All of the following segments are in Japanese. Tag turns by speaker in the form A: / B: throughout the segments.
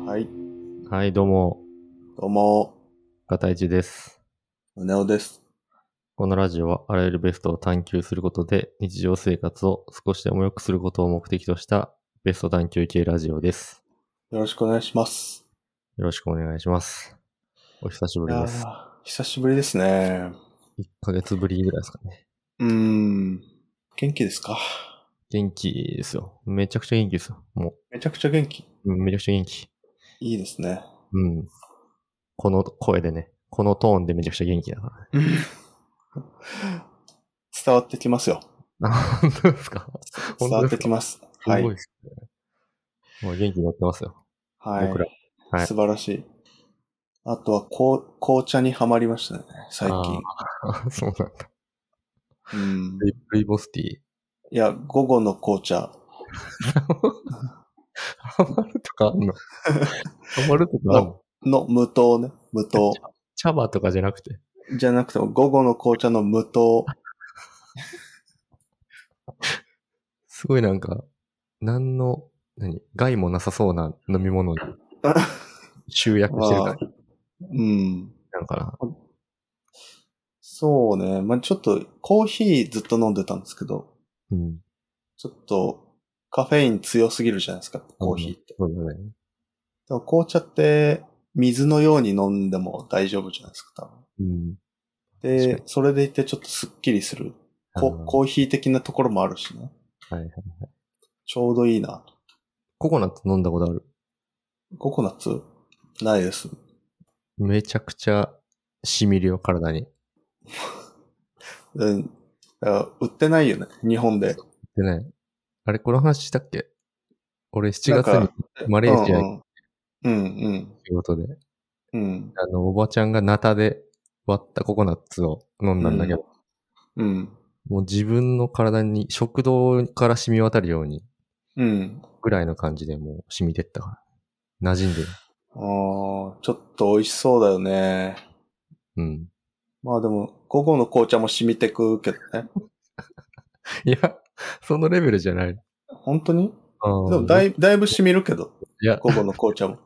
A: はい、どうも、
B: どうも、
A: ガタイチです。
B: うねおです。
A: このラジオはあらゆるベストを探求することで日常生活を少しでも良くすることを目的としたベスト探求系ラジオです。
B: よろしくお願いします。
A: よろしくお願いします。お久しぶ
B: い
A: り
B: や
A: です。
B: ー久しぶりですね。
A: 1ヶ月ぶりぐらいですかね。
B: うーん。元気ですか
A: 元気ですよ。めちゃくちゃ元気ですよ。も
B: めちゃくちゃ元気。
A: う、うんめちゃくちゃ元気。
B: いいですね。
A: うん。この声でね、このトーンでめちゃくちゃ元気だからね。
B: 伝わってきますよ。
A: あ、本当ですか
B: 伝わってきます。は
A: す
B: い
A: ごい。ですね。もう元気になってますよ。
B: はい。
A: 僕ら。はい
B: 素晴らしい。あとは、こう紅茶にはまりましたね、最近。
A: あー。 そうなんだ。
B: うん。
A: ルイルイボスティー。
B: いや、午後の紅茶。
A: ハマるとかあん のハマるとかあんの
B: の無糖ね。無糖。
A: 茶葉とかじゃなくて。
B: じゃなくても、午後の紅茶の無糖。
A: すごいなんか、何の、何害もなさそうな飲み物に集約してる感じ
B: うん。
A: なんかな。
B: そうね。まあ、ちょっと、コーヒーずっと飲んでたんですけど、
A: うん。
B: ちょっと、カフェイン強すぎるじゃないですか、コーヒーって。
A: そうだね。
B: でも紅茶って、水のように飲んでも大丈夫じゃないですか、
A: うん。
B: 多
A: 確
B: 分。
A: か
B: で、それでいてちょっとスッキリする。
A: あ
B: こ
A: の
B: コーヒー的なところもあるしね。
A: はいはいはい。
B: ちょうどいいな。
A: ココナッツ飲んだことある。
B: ココナッツないです。
A: めちゃくちゃ染みるよ、体に。
B: うん。だから売ってないよね、日本で。
A: でね、あれ、この話したっけ俺7
B: なん
A: 月に
B: か
A: マレーシア
B: う
A: 行っ
B: んうん。
A: 仕事で、
B: うん、うん。
A: あの、おばちゃんがナタで割ったココナッツを飲んだんだけど、
B: うん。
A: もう自分の体に食道から染み渡るように
B: うん。
A: ぐらいの感じでもう染みてったから。馴染んでる。
B: あーちょっと美味しそうだよね。
A: うん。
B: まあでも、午後の紅茶も染みてくけどね。
A: いや、そのレベルじゃない。
B: 本当に
A: あー
B: でもだいだいぶ染みるけど、
A: いや、
B: 午後の紅茶も。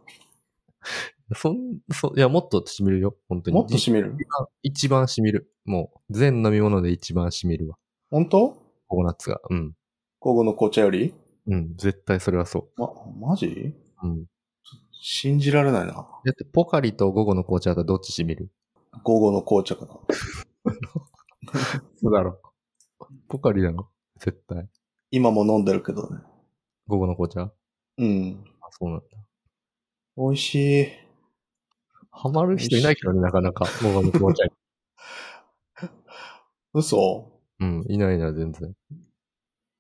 A: そん、そ、いや、もっと染みるよ、本当に。
B: もっと染みる
A: 一番一番染みる。もう、全飲み物で一番染みるわ。
B: 本当
A: ココナッツが。うん。
B: 午後の紅茶より
A: うん、絶対それはそ
B: ま、マジ
A: う。うん。
B: 信じられないな。
A: だって、ポカリと午後の紅茶だったらどっち染みる
B: 午後の紅茶かな。
A: そうだろ。ポカリだろ。絶対。
B: 今も飲んでるけどね。
A: 午後の紅茶あ、
B: うん。
A: そうなんだ。
B: 美味しい。
A: ハマる人いないけどね、なかなか。午後の紅茶に
B: 嘘
A: うん、いないな、全然。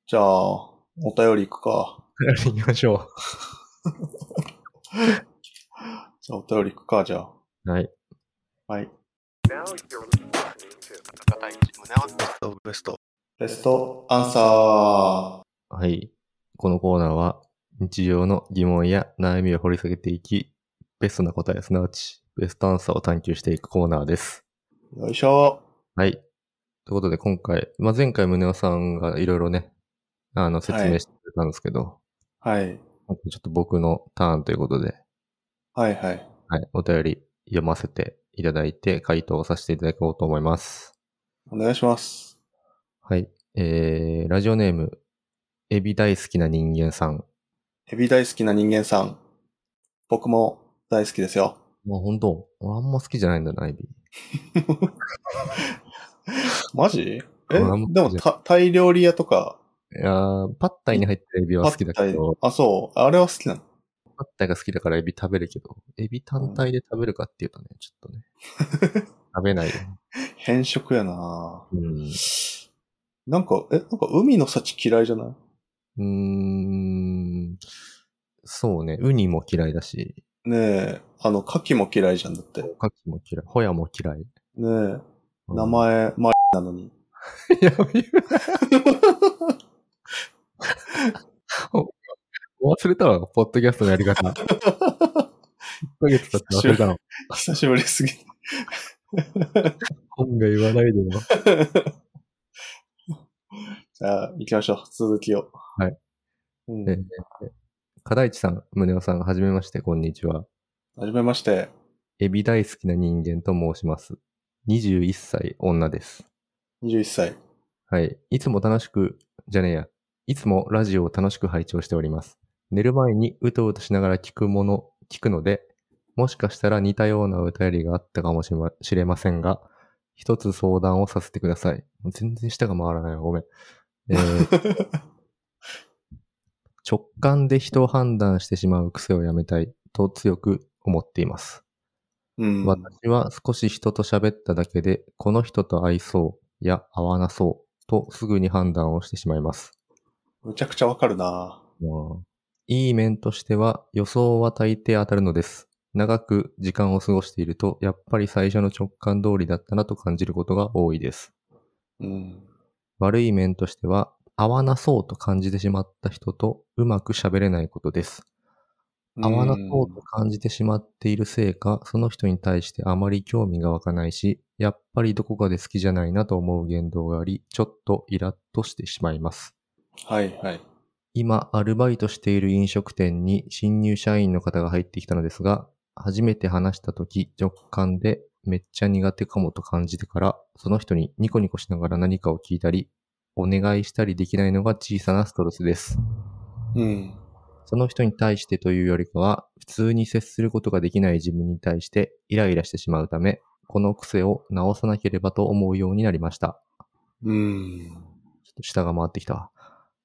B: じゃあ、お便り行くか。
A: やり に行きましょ
B: じゃあ、お便り行くか、じゃあ。
A: う。はい。
B: はい。ベストアンサー。
A: はい。このコーナーは、日常の疑問や悩みを掘り下げていき、ベストな答え、すなわち、ベストアンサーを探求していくコーナーです。
B: よいしょ。
A: はい。ということで、今回、まあ、前回、宗男さんがいろいろね、あの、説明してくれたんですけど、
B: はい。
A: 今回ちょっと僕のターンということで、
B: はいはい。
A: はい、お便り読ませていただいて、回答をさせていただこうと思います。
B: お願いします。
A: はい。えー、ラジオネーム、エビ大好きな人間さん。
B: エビ大好きな人間さん。僕も大好きですよ。
A: まあ本当俺あんま好きじゃないんだな、エビ。
B: マジえ、
A: うん
B: でもた、タイ料理屋とか、
A: いやーパッタイに入ってるエビは好きだけど、
B: あ、そう。あれは好きなの。
A: パッタイが好きだからエビ食べるけど、エビ単体で食べるかっていうとね、ちょっとね。食べないよ。
B: 変色やな
A: うん。
B: なんか、え、なんか海の幸嫌いじゃないう
A: ーん。そうね、ウニも嫌いだし、
B: ねえ、あの、牡蠣も嫌いじゃんだって。ね
A: カキも嫌い、ホヤも嫌い。
B: え、
A: うん
B: 名。前、マリなのに。
A: やべえ忘れたわ、ポッドキャストのやり方。1ヶ月経って忘れたの。
B: 久しぶりすぎて。
A: 本が言わないでよ。
B: じゃあ、行きましょう。続きを。
A: はい。
B: うん
A: え、え、え、片市さん、宗男さん、はじめまして、こんにちは。
B: はじめまして。
A: エビ大好きな人間と申します。21歳女です。
B: 21歳。
A: はい。いつも楽しく、じゃねえや。いつもラジオを楽しく拝聴しております。寝る前にうとうとしながら聞くもの、聞くので、もしかしたら似たようなお便りがあったかもしれましれませんが、一つ相談をさせてください。もう全然舌が回らないわ。ごめん。えー直感で人を判断してしまう癖をやめたいと強く思っています。
B: うん。
A: 私は少し人と喋っただけで、この人と合いそうや合わなそうとすぐに判断をしてしまいます。
B: むちゃくちゃわかるな。
A: いい面としては予想は大抵当たるのです。長く時間を過ごしていると、やっぱり最初の直感通りだったなと感じることが多いです。
B: うん。
A: 悪い面としては、合わなそうと感じてしまった人とうまく喋れないことです。合わなそうと感じてしまっているせいか、その人に対してあまり興味が湧かないし、やっぱりどこかで好きじゃないなと思う言動があり、ちょっとイラッとしてしまいます。
B: はいはい。
A: 今、アルバイトしている飲食店に新入社員の方が入ってきたのですが、初めて話した時、直感でめっちゃ苦手かもと感じてから、その人にニコニコしながら何かを聞いたり、お願いしたりできないのが小さなストレスです。
B: うん。
A: その人に対してというよりかは、普通に接することができない自分に対してイライラしてしまうため、この癖を直さなければと思うようになりました。
B: うん。
A: ちょっと下が回ってきたわ。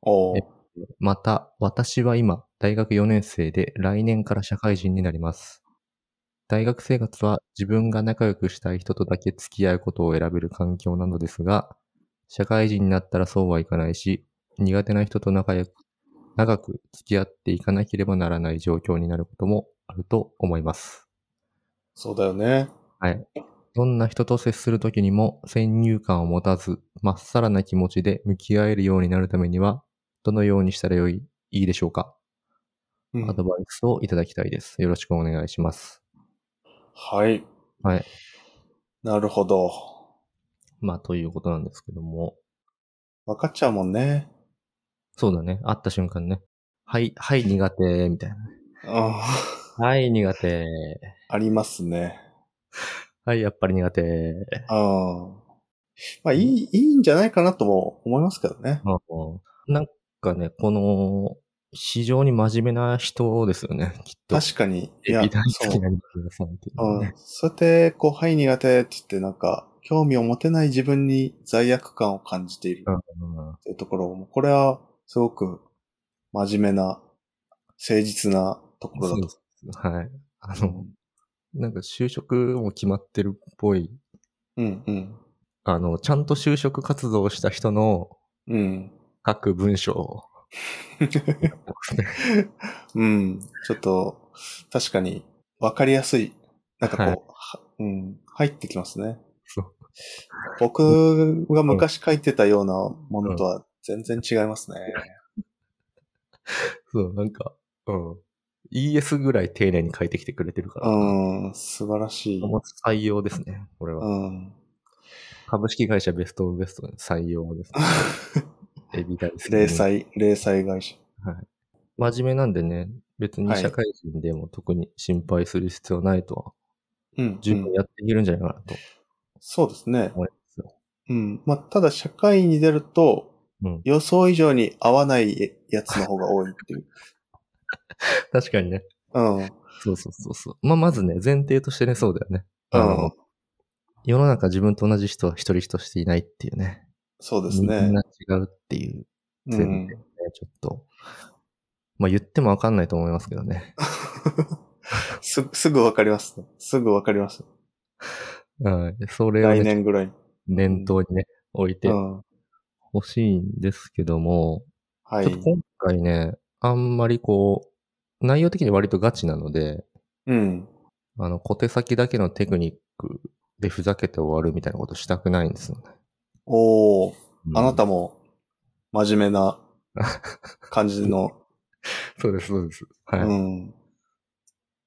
B: お
A: え
B: ー
A: また、私は今、大学4年生で来年から社会人になります。大学生活は自分が仲良くしたい人とだけ付き合うことを選べる環境なのですが、社会人になったらそうはいかないし、苦手な人と仲良く、長く付き合っていかなければならない状況になることもあると思います。
B: そうだよね。
A: どんな人と接するときにも先入観を持たず、まっさらな気持ちで向き合えるようになるためには、どのようにしたらよい、いいでしょうか
B: うん
A: アドバイスをいただきたいです。よろしくお願いします。
B: はい。
A: はい。
B: なるほど。
A: まあ、ということなんですけども。
B: わかっちゃうもんね。
A: そうだね。会った瞬間ね。はい、はい、苦手、みたいな。
B: うん。
A: はい、苦手。
B: ありますね。
A: はい、やっぱり苦手。
B: うん。まあ、いい、いいんじゃないかなとも思いますけどね。
A: うんなんかね、この、非常に真面目な人ですよね、きっと。
B: 確かに。い
A: エビ大
B: そ
A: 好
B: う
A: きな人間さんっていうのは
B: う
A: ね
B: ん。そうやって、こう、はい、苦手って言って、なんか、興味を持てない自分に罪悪感を感じているっ
A: うん
B: ていうところも、これは、すごく、真面目な、誠実なところだ
A: そうで
B: と。
A: す。はい。あの、なんか就職も決まってるっぽい。
B: うん、うん。
A: あの、ちゃんと就職活動をした人の
B: うん。
A: 書く文章。
B: うん。ちょっと、確かに、わかりやすい。なんかこう、
A: はい
B: はうん、入ってきますね。
A: そう
B: 僕が昔書いてたようなものとは全然違いますね。
A: そう、なんか、うん。ES ぐらい丁寧に書いてきてくれてるから。
B: うん、素晴らしい。
A: もう採用ですね、これ は。
B: うん。
A: 株式会社ベストオブベストの採用ですね。エビ大好き。
B: 零。細、零細会社。
A: 真面目なんでね、別に
B: はい
A: 社会人でも特に心配する必要ないとは、
B: うん、
A: 十
B: う
A: 分
B: ん
A: やっていけるんじゃないか なと
B: そうですね。
A: 思いますよ。
B: うん。まあ、ただ社会に出ると、
A: うん
B: 予想以上に合わないやつの方が多い っていう。
A: 確かにね。
B: うん。うん。
A: そうそうそうそう。まあ、まずね、前提としてね、そうだよね。あの、世の中自分と同じ人は一人としていないっていうね。
B: そうです
A: みん
B: ね。
A: な違うっていう
B: う
A: 前提ね、
B: ん。
A: ちょっと。まあ言ってもわかんないと思いますけどね。
B: す、すぐわかりますね。すぐわかります。
A: うん。それを、
B: 来
A: ね、
B: 年ぐらいに。
A: 念頭にね、置いて
B: うん。
A: ほしいんですけども、
B: は
A: ちょっ
B: い
A: と。今回ね、あんまりこう、内容的に割とガチなので、
B: うん。
A: あの、小手先だけのテクニックでふざけて終わるみたいなことしたくないんですよね。
B: おー、あな
A: うん
B: たも、真面目な感じの、
A: そうです、そうです。は
B: う
A: い。
B: ん。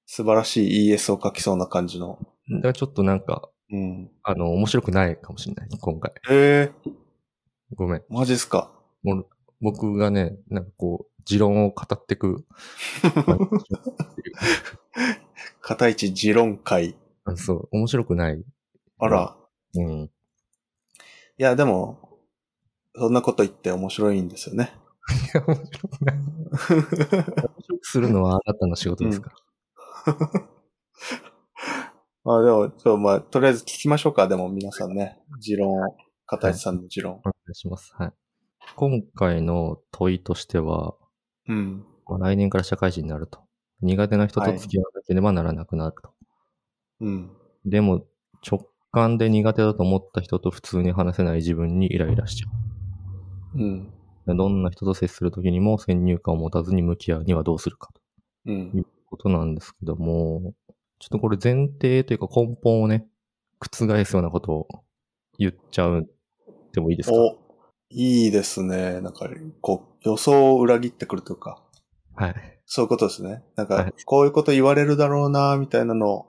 B: 素晴らしい ES を書きそうな感じの。
A: だからちょっとなんか、
B: うん。
A: あの、面白くないかもしれない、今回。
B: ええ
A: ごめん。
B: マジっすか。
A: 僕がね、 なんかこう、持論を語ってく。
B: 片市持論会。
A: あそう、面白くない。
B: あら。
A: うん。
B: いや、でも、そんなこと言って面白いんですよね。
A: いや面白くない。面白くするのはあなたの仕事ですから。
B: まあでも、そうまあ、とりあえず聞きましょうか。でも皆さんね、持論を、片市さんの持論。
A: お願いします。はい。今回の問いとしては、
B: うん。
A: まあ来年から社会人になると。苦手な人と付き合わなければならなくなると。
B: うん。
A: でも、直感で苦手だと思った人と普通に話せない自分にイライラしちゃ
B: うん。
A: う。どんな人と接するときにも先入観を持たずに向き合うにはどうするかと
B: うん。
A: いうことなんですけども、ちょっとこれ前提というか根本をね、覆すようなことを言っちゃうでもいいですか
B: お、いいですね。なんか、こう、予想を裏切ってくるというか、
A: はい。
B: そういうことですね。なん
A: は
B: か
A: い、
B: こういうこと言われるだろうな、みたいなのを、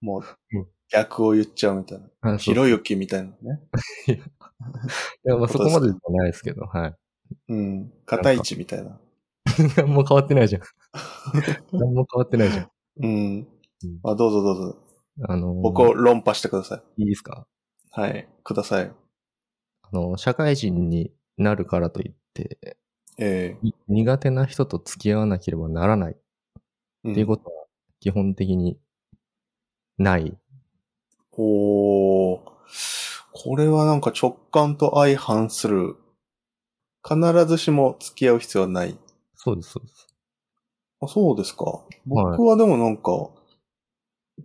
B: もう
A: うん、
B: 逆を言っちゃうみたいな。
A: あそう
B: ひろゆきみたいなね。
A: いやまあそこまでじゃないですけど、はい。
B: うん。片市みたいな。
A: 何も変わってないじゃん。何も変わってないじゃん。
B: うん。まあ、どうぞどうぞ。
A: あのー、
B: 僕を論破してくださ
A: いいですか
B: い。はい。ください。
A: あの、社会人になるからといって、
B: え
A: い苦手な人と付き合わなければならないっ
B: え
A: ていうことは基本的にない。
B: と。おーこれはなんか直感と相反する。必ずしも付き合う必要はない。
A: そうです、そうです。
B: あ、そうですか。僕はでもなんか、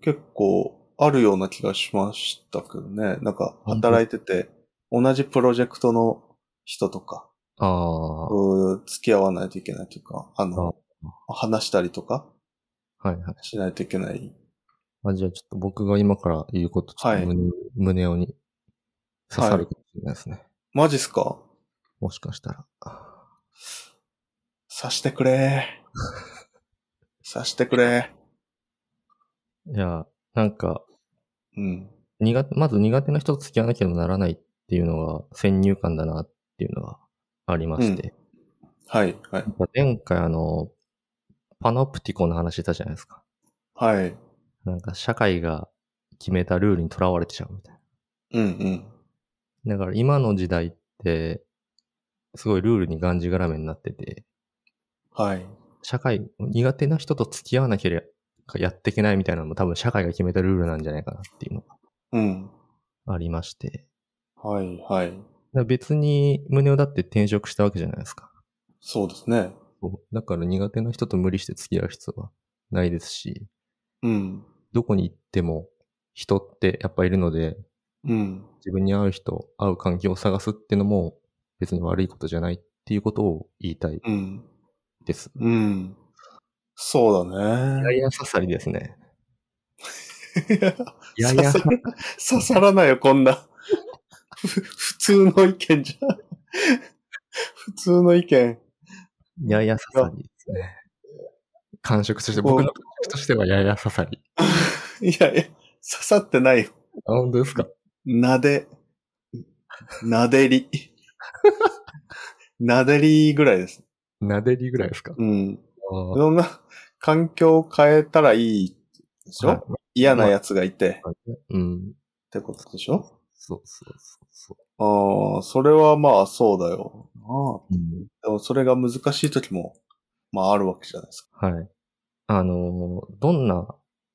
B: 結構あるような気がしましたけどね。なんか
A: 本当
B: 働いてて、同じプロジェクトの人とか、
A: ああ、は
B: うー付き合わないといけないというか、あの、話したりとか
A: いはい。
B: しないといけない。
A: あじゃあちょっと僕が今から言うこと、ちょっと胸,、胸をに刺さるかもしれないですね。
B: マジっすか
A: もしかしたら。
B: 刺してくれ。刺してくれ。
A: いや、なんか、
B: うん。
A: 苦手、まず苦手な人と付き合わなければならないっていうのが先入観だなっていうのがありまして。
B: はい、はい、
A: 前回あの、パノプティコの話したじゃないですか。
B: はい。
A: なんか社会が決めたルールにとらわれてちゃうみたい
B: うん、うん。
A: な。だから今の時代って、すごいルールにがんじがらめになってて、
B: はい。
A: 社会、苦手な人と付き合わなければやっていけないみたいなのも多分社会が決めたルールなんじゃないかなっていうの
B: うん。
A: がありまして。
B: はい、はい。
A: だから別に胸をだって転職したわけじゃないですか。
B: そうですね。
A: そうだから苦手な人と無理して付き合う必要はないですし、
B: うん。
A: どこに行っても人ってやっぱいるので、
B: うん。
A: 自分に合う人、合う環境を探すっていうのも別に悪いことじゃないっていうことを言いたい
B: うん。
A: です。
B: うん。そうだ
A: や
B: ね。
A: や刺さりですね。
B: い
A: やや
B: 刺さ刺さらないよ、こんな。ふ普通の意見じゃん。普通の意見。
A: やや刺さりですね。感触として、
B: こう
A: 僕の感触としてはやや刺さり。
B: いやいや、刺さってないよ。
A: あ、本当ですか
B: なで、なでり。なでりぐらいです。
A: なでりぐらいですか
B: うん。
A: あ
B: そんな、環境を変えたらいいでしょ、
A: はい
B: 嫌な奴がいて、
A: うん。
B: ってことでしょ
A: そうそうそうそ
B: ああ、それはまあそうだよな。
A: う。うん
B: でもそれが難しい時も、まああるわけじゃないですか。
A: はい。あのー、どんな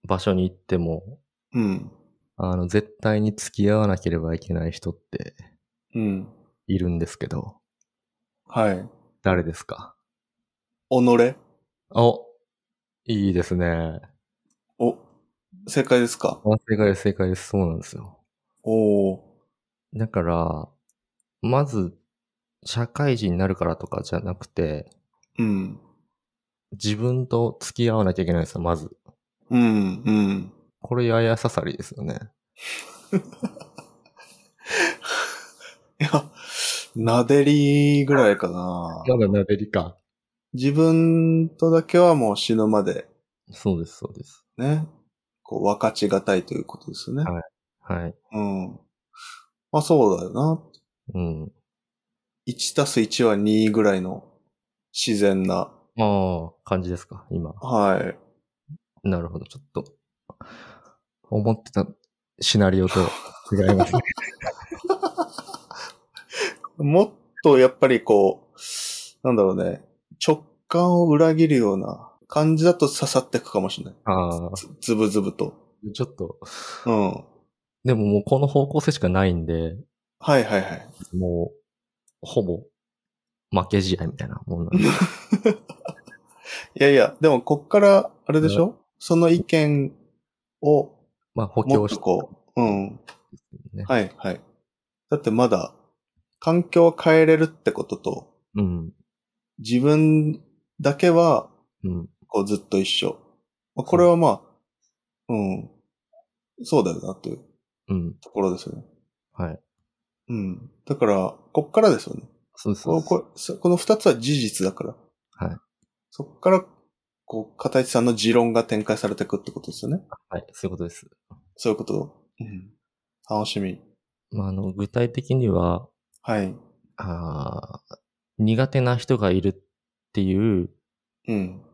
A: 場所に行っても、
B: うん。
A: あの、絶対に付き合わなければいけない人って
B: うん。
A: いるんですけど、
B: はい。
A: 誰ですか
B: 己
A: お、いいですね。
B: お、正解ですか
A: あ正解です、正解です。そうなんですよ。
B: おー。
A: だから、まず、社会人になるからとかじゃなくて、
B: うん。
A: 自分と付き合わなきゃいけないんですよ、まず。
B: うん、うん。
A: これ、ややささりですよね。
B: いや、なでりぐらいかな。
A: まだなでりか。
B: 自分とだけはもう死ぬまで、
A: そうです、そうです。
B: ね。こう、分かちがたいということですよね。
A: はいはい。
B: うん。まあそうだよな。
A: うん。
B: 1たす1は2ぐらいの自然な、
A: ああ、感じですか、今。
B: はい。
A: なるほど。ちょっと、思ってたシナリオと違いま すね。
B: もっとやっぱりこう、なんだろうね、直感を裏切るような感じだと刺さっていくかもしれない。
A: ああ、
B: つつぶつぶと。
A: ちょっと、
B: うん。
A: でももうこの方向性しかないんで、
B: はいはいはい。
A: もう、ほぼ、負け試合みたいなも んなんで。
B: いやいや、でもこっから、あれでしょ、その意見を、
A: まあ補
B: も
A: 強
B: っ
A: し
B: と
A: て、
B: こう、うん。
A: ね。
B: はいはい。だってまだ、環境を変えれるってことと、
A: うん。
B: 自分だけは、
A: うん。
B: こうずっと一緒。まあ、これはまあ、うん。そうだよな、という
A: うん。
B: ところですよね。
A: はい。
B: うん。だから、こっからですよね。
A: そうです。
B: ここそこの二つは事実だから。
A: はい。
B: そこから、こう、片市さんの持論が展開されていくってことですよね。
A: はい。そういうことです。
B: そういうこと。うん。楽しみ。
A: まあ、あの、具体的には、
B: はい。
A: あー苦手な人がいるっていう
B: うん。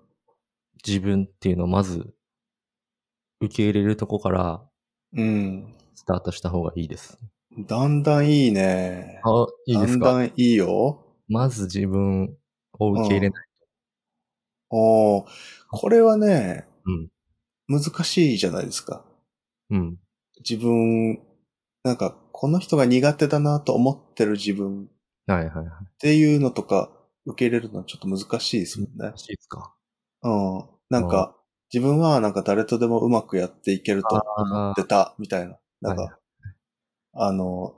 A: 自分っていうのをまず、受け入れるとこから
B: うん。
A: スタートした方がいいです。
B: だんだんいいね。
A: あ、いいです
B: だん
A: か
B: だんいいよ。
A: まず自分を受け入れない。
B: おーこれはね、
A: うん
B: 難しいじゃないですか。
A: うん。
B: 自分、なんか、この人が苦手だなと思ってる自分
A: はいはいはい。
B: っていうのとか、受け入れるのはちょっと難しいですもんね
A: ら。しいですか
B: うん。なん
A: ま
B: か、自分はなんか誰とでもうまくやっていけると思ってた、みたいな。なん
A: はい
B: か、あの、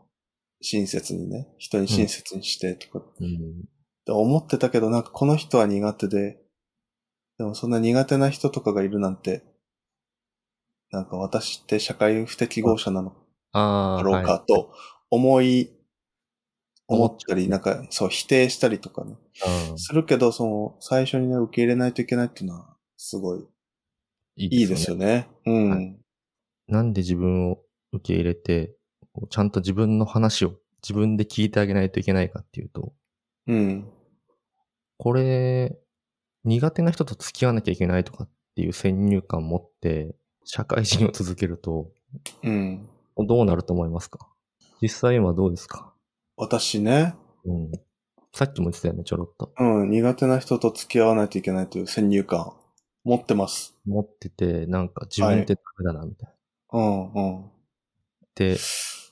B: 親切にね、人に親切にしてとかっ
A: うん。
B: て思ってたけど、なんかこの人は苦手で、でもそんな苦手な人とかがいるなんて、なんか私って社会不適合者なの
A: あ
B: だ
A: あ。
B: ろう
A: は
B: かと思い、
A: 思
B: 思
A: っ
B: ったり、なんか、そう、否定したりとかね。
A: い。うん
B: するけど、その、最初にね、受け入れないといけないっていうのは、すごいいいですよね。うん。
A: はなんで自分を受け入れて、こうちゃんと自分の話を自分で聞いてあげないといけないかっていうと、
B: うん。
A: これ、苦手な人と付き合わなきゃいけないとかっていう先入観を持って、社会人を続けると、
B: うん。
A: どうなると思いますか実際今どうですか
B: 私ね、
A: うん。さっきも言ってたよね、ちょろっと。
B: うん、苦手な人と付き合わないといけないという先入観、持ってます。
A: 持ってて、なんか自分ってダメだな、みたいな。
B: うん、うん。
A: って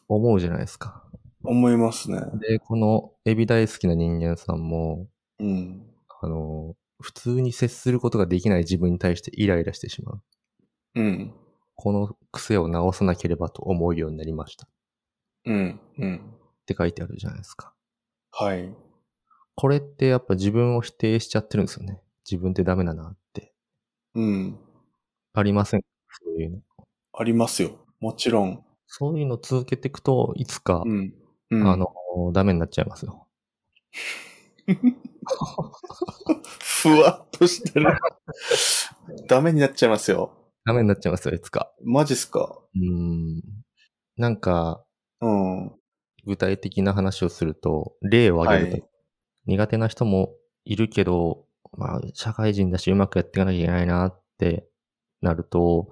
A: 思うじゃないですか。
B: 思いますね。
A: で、このエビ大好きな人間さんも、
B: うん。
A: あの、普通に接することができない自分に対してイライラしてしまう。
B: うん。
A: この癖を直さなければと思うようになりました。っ
B: うん。うん。
A: て書いてあるじゃないですか。
B: はい。
A: これってやっぱ自分を否定しちゃってるんですよね。自分ってダメだなって。
B: うん。
A: ありません。そういうの。
B: ありますよ。もちろん。
A: そういうの続けていくと、いつか、
B: うん。うん、
A: あ、の、ダメになっちゃいますよ。
B: ふわっとしてる。 ダメになっちゃいますよ。
A: ダメになっちゃいますよ、いつか。
B: マジっすか。
A: うーん。なんか、
B: うん。
A: 具体的な話をすると、例を挙げると、
B: はい
A: 苦手な人もいるけど、まあ、社会人だしうまくやっていかなきゃいけないなってなると、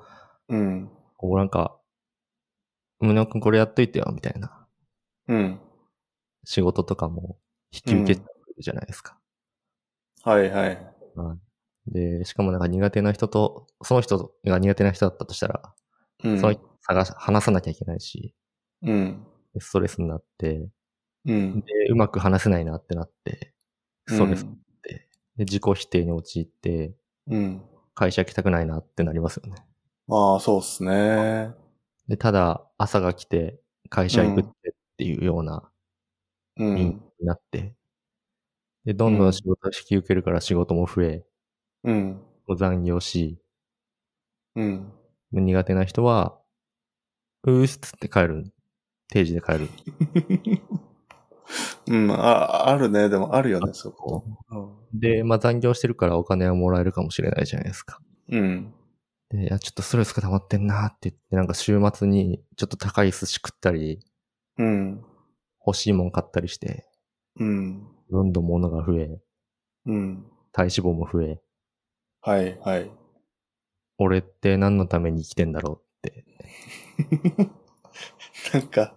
B: うん。
A: こうなんか、胸尾くんこれやっといてよ、みたいな
B: うん。
A: 仕事とかも引き受けちゃうじゃないですか。
B: はいはい。
A: で、しかもなんか苦手な人と、その人が苦手な人だったとしたら、
B: うん。
A: その人探し、話さなきゃいけないし、
B: うん。
A: でストレスになって、
B: うん。
A: で、うまく話せないなってなって、ストレス。で、自己否定に陥って、
B: うん。
A: 会社行きたくないなってなりますよね。
B: まあ、そうっすね。
A: で、ただ朝が来て会社行くってっていうような
B: う
A: 人
B: ん。
A: になって、で、どんどん仕事を引き受けるから仕事も増え、
B: うん。
A: もう残業し、
B: うん。
A: 苦手な人は、うーすっつって帰る。定時で帰る。
B: うん、あ、あるね。でもあるよね、そこ。
A: で、まあ残業してるからお金はもらえるかもしれないじゃないですか。
B: うん。
A: で、いや、ちょっとストレスが溜まってんなーって言って、なんか週末にちょっと高い寿司食ったり、
B: うん。
A: 欲しいもん買ったりして、
B: うん。
A: どんどん物が増え、
B: うん。
A: 体脂肪も増え、
B: はい、はい。
A: 俺って何のために生きてんだろうって
B: なんか、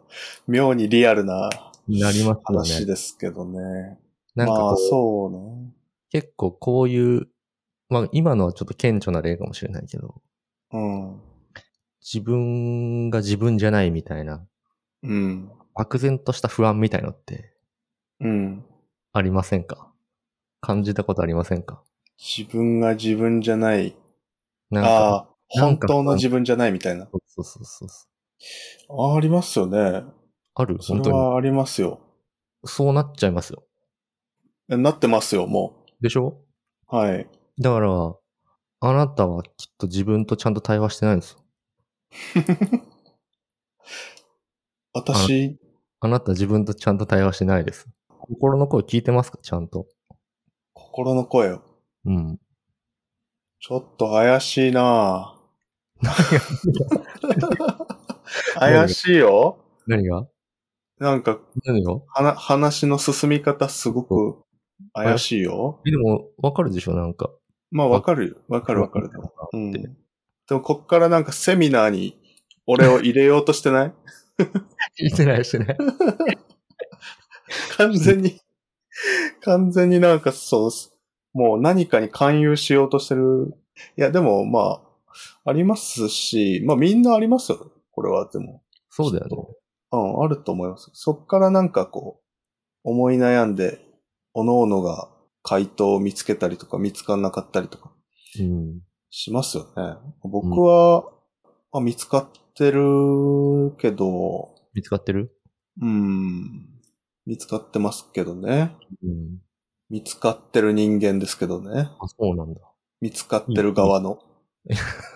B: 妙にリアルな
A: なりま
B: 話
A: すよね。
B: ですけどね。
A: なんか
B: まあ、
A: こう、
B: そうね。
A: 結構こういう、まあ今のはちょっと顕著な例かもしれないけど、
B: うん。
A: 自分が自分じゃないみたいな、
B: うん。
A: 漠然とした不安みたいのって
B: うん。
A: ありませんか感じたことありませんか
B: 自分が自分じゃない。
A: なんか、
B: ああ、
A: なん
B: 本
A: か
B: 当の自分じゃないみたいな。
A: そうそうそうそ
B: あ
A: う。
B: あ、ありますよね。
A: ある
B: そ
A: 本
B: れ
A: 当に。
B: はありますよ。
A: そうなっちゃいますよ。
B: えなってますよ、も
A: でしょ
B: う。はい。
A: だから、あなたはきっと自分とちゃんと対話してないんですよ。
B: 私、
A: あなた自分とちゃんと対話してないです。心の声聞いてますかちゃんと。
B: 心の声を。
A: うん。
B: ちょっと怪しいな ぁ怪しいよ。
A: 何が
B: なんか、
A: 何が
B: はな、話の進み方すごく怪しいよ。
A: えでも、わかるでしょなんか。
B: まあわかるよ。わかるわかる。うん。でもこっからなんかセミナーに俺を入れようとしてない
A: 聞いてないしてない。
B: 完全に、完全になんかそうす、もう何かに勧誘しようとしてる。いやでもまあ、ありますし、まあみんなありますよ。これはでも。
A: そうだよね。
B: うん、あると思います。そっからなんかこう、思い悩んで、各々が回答を見つけたりとか、見つかんなかったりとか
A: うん。
B: しますよね。僕は、まあ、見つかってるけど、
A: 見つかってる
B: うん、見つかってますけどね。
A: うん。
B: 見つかってる人間ですけどね。
A: あ、そうなんだ。
B: 見つかってる側の。
A: なんか、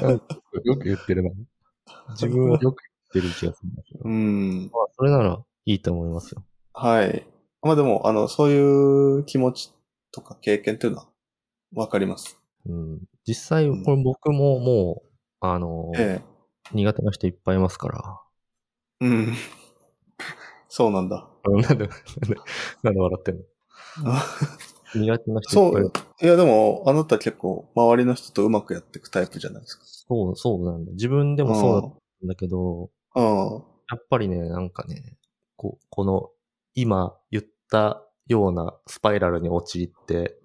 A: なんかよく言ってるな。自分はよく言ってる気がするんだけど。
B: うん。
A: まあ、それならいいと思いますよ。
B: はい。まあでも、あの、そういう気持ちとか経験っていうのは、わかります。
A: うん。実際、これ僕ももう、あの、
B: ええ。
A: 苦手な人いっぱいいますから。
B: うん。そうなんだ。
A: あのなんで、なんで、なんで笑ってんの 苦手な人いっぱいいる
B: いや、でも、あなた結構、周りの人とうまくやっていくタイプじゃないですか。
A: そう、そうなんだ。自分で
B: で
A: もそうだったんだけど、
B: うん。うん。
A: やっぱりね、なんかね、ここの、今言ったようなスパイラルに陥って、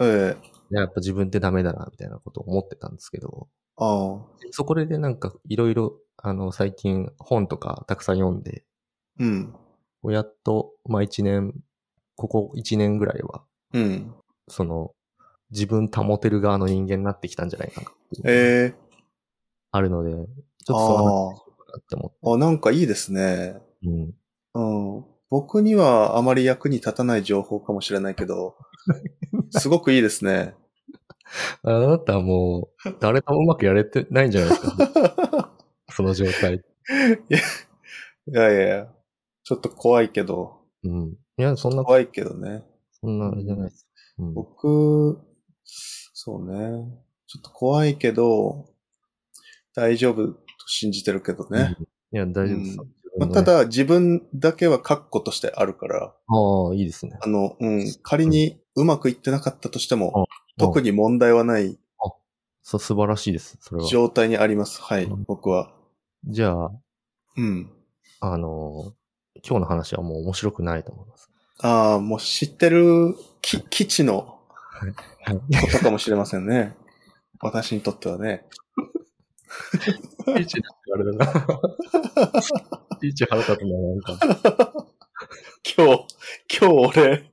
B: ええ。
A: いややっぱ自分ってダメだな、みたいなことを思ってたんですけど、
B: ああ。
A: そこでなんかいろいろ、あの、最近本とかたくさん読んで、
B: うん。
A: やっと、まあ一年、ここ一年ぐらいは、
B: うん。
A: その、自分保てる側の人間になってきたんじゃないかなっていうのが
B: ええ。
A: あるので、ちょっとその
B: あ
A: 話しようかなって思って。
B: あ。あ、なんかいいですね。
A: うん。
B: うん。僕にはあまり役に立たない情報かもしれないけ ど、すごくいいですね。
A: あなたはもう、誰ともうまくやれてないんじゃないですか、 その状態。
B: いやいやいやちょっと怖いけど、
A: うん。いや、そんな、
B: 怖いけどね。
A: そんなあれじゃないです。うん。
B: 僕、そうね。ちょっと怖いけど、大丈夫と信じてるけどね。
A: いや、大丈夫です。
B: うんま
A: 自分の
B: あ、
A: ね
B: た、だ、自分だけは確固としてあるから、
A: ああ、いいですね。
B: あの、うん、仮にうまくいってなかったとしても、
A: に。
B: 特に問題はない
A: そう、素晴らしいです。それは。
B: 状態にあります。はい、
A: うん
B: 僕は。
A: じゃあ、
B: うん。
A: あのー今日の話はもう面白くないと思います。
B: ああ、もう知ってるき基地の
A: はい。
B: ことかもしれませんね。 私にとってはね。
A: ピーチだ ってあれだな。ピーチ腹立つな、なんか。
B: 今日、今日俺、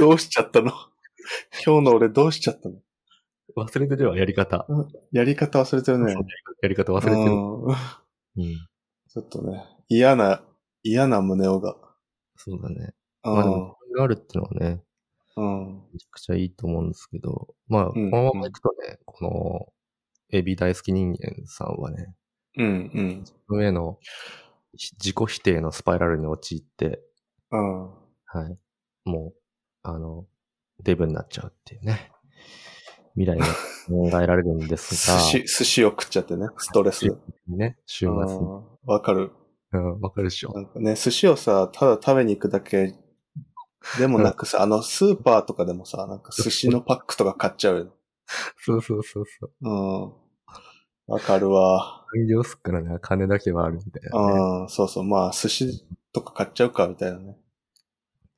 B: どうしちゃったの 今日の俺どうしちゃったの
A: 忘れてるわ、やり方。
B: やり方忘れてるね
A: そう。やり方忘れ
B: う
A: てる。
B: ん
A: うん。
B: ちょっとね、嫌な、嫌な胸をが。
A: そうだね。
B: う
A: まあでも
B: ん。、
A: これがあるってのはね、
B: うん。
A: めちゃくちゃいいと思うんですけど、まあ、こ
B: うん
A: のままいくとね、この、エビ大好き人間さんはね、
B: うん、
A: 上の自己否定のスパイラルに陥って、
B: うん。うん。
A: はい。もう、あの、デブになっちゃうっていうね。未来が考えられるんで す
B: 寿
A: が、
B: 司、寿司を食っちゃってね、ストレスで。
A: ね、週
B: う
A: 末
B: ん
A: に。
B: わかる。
A: うん、わかるでしょ
B: な。んかね、寿司をさ、ただ食べに行くだけでもなくさ、あの、スーパーとかでもさ、なんか寿司のパックとか買っちゃうよ。
A: そうそうそうそう。
B: うん。わかるわ。
A: 産業っすからね、金だけはあるみたいな、ね。
B: うん、そうそう。まあ、寿司とか買っちゃうか、みたいなね。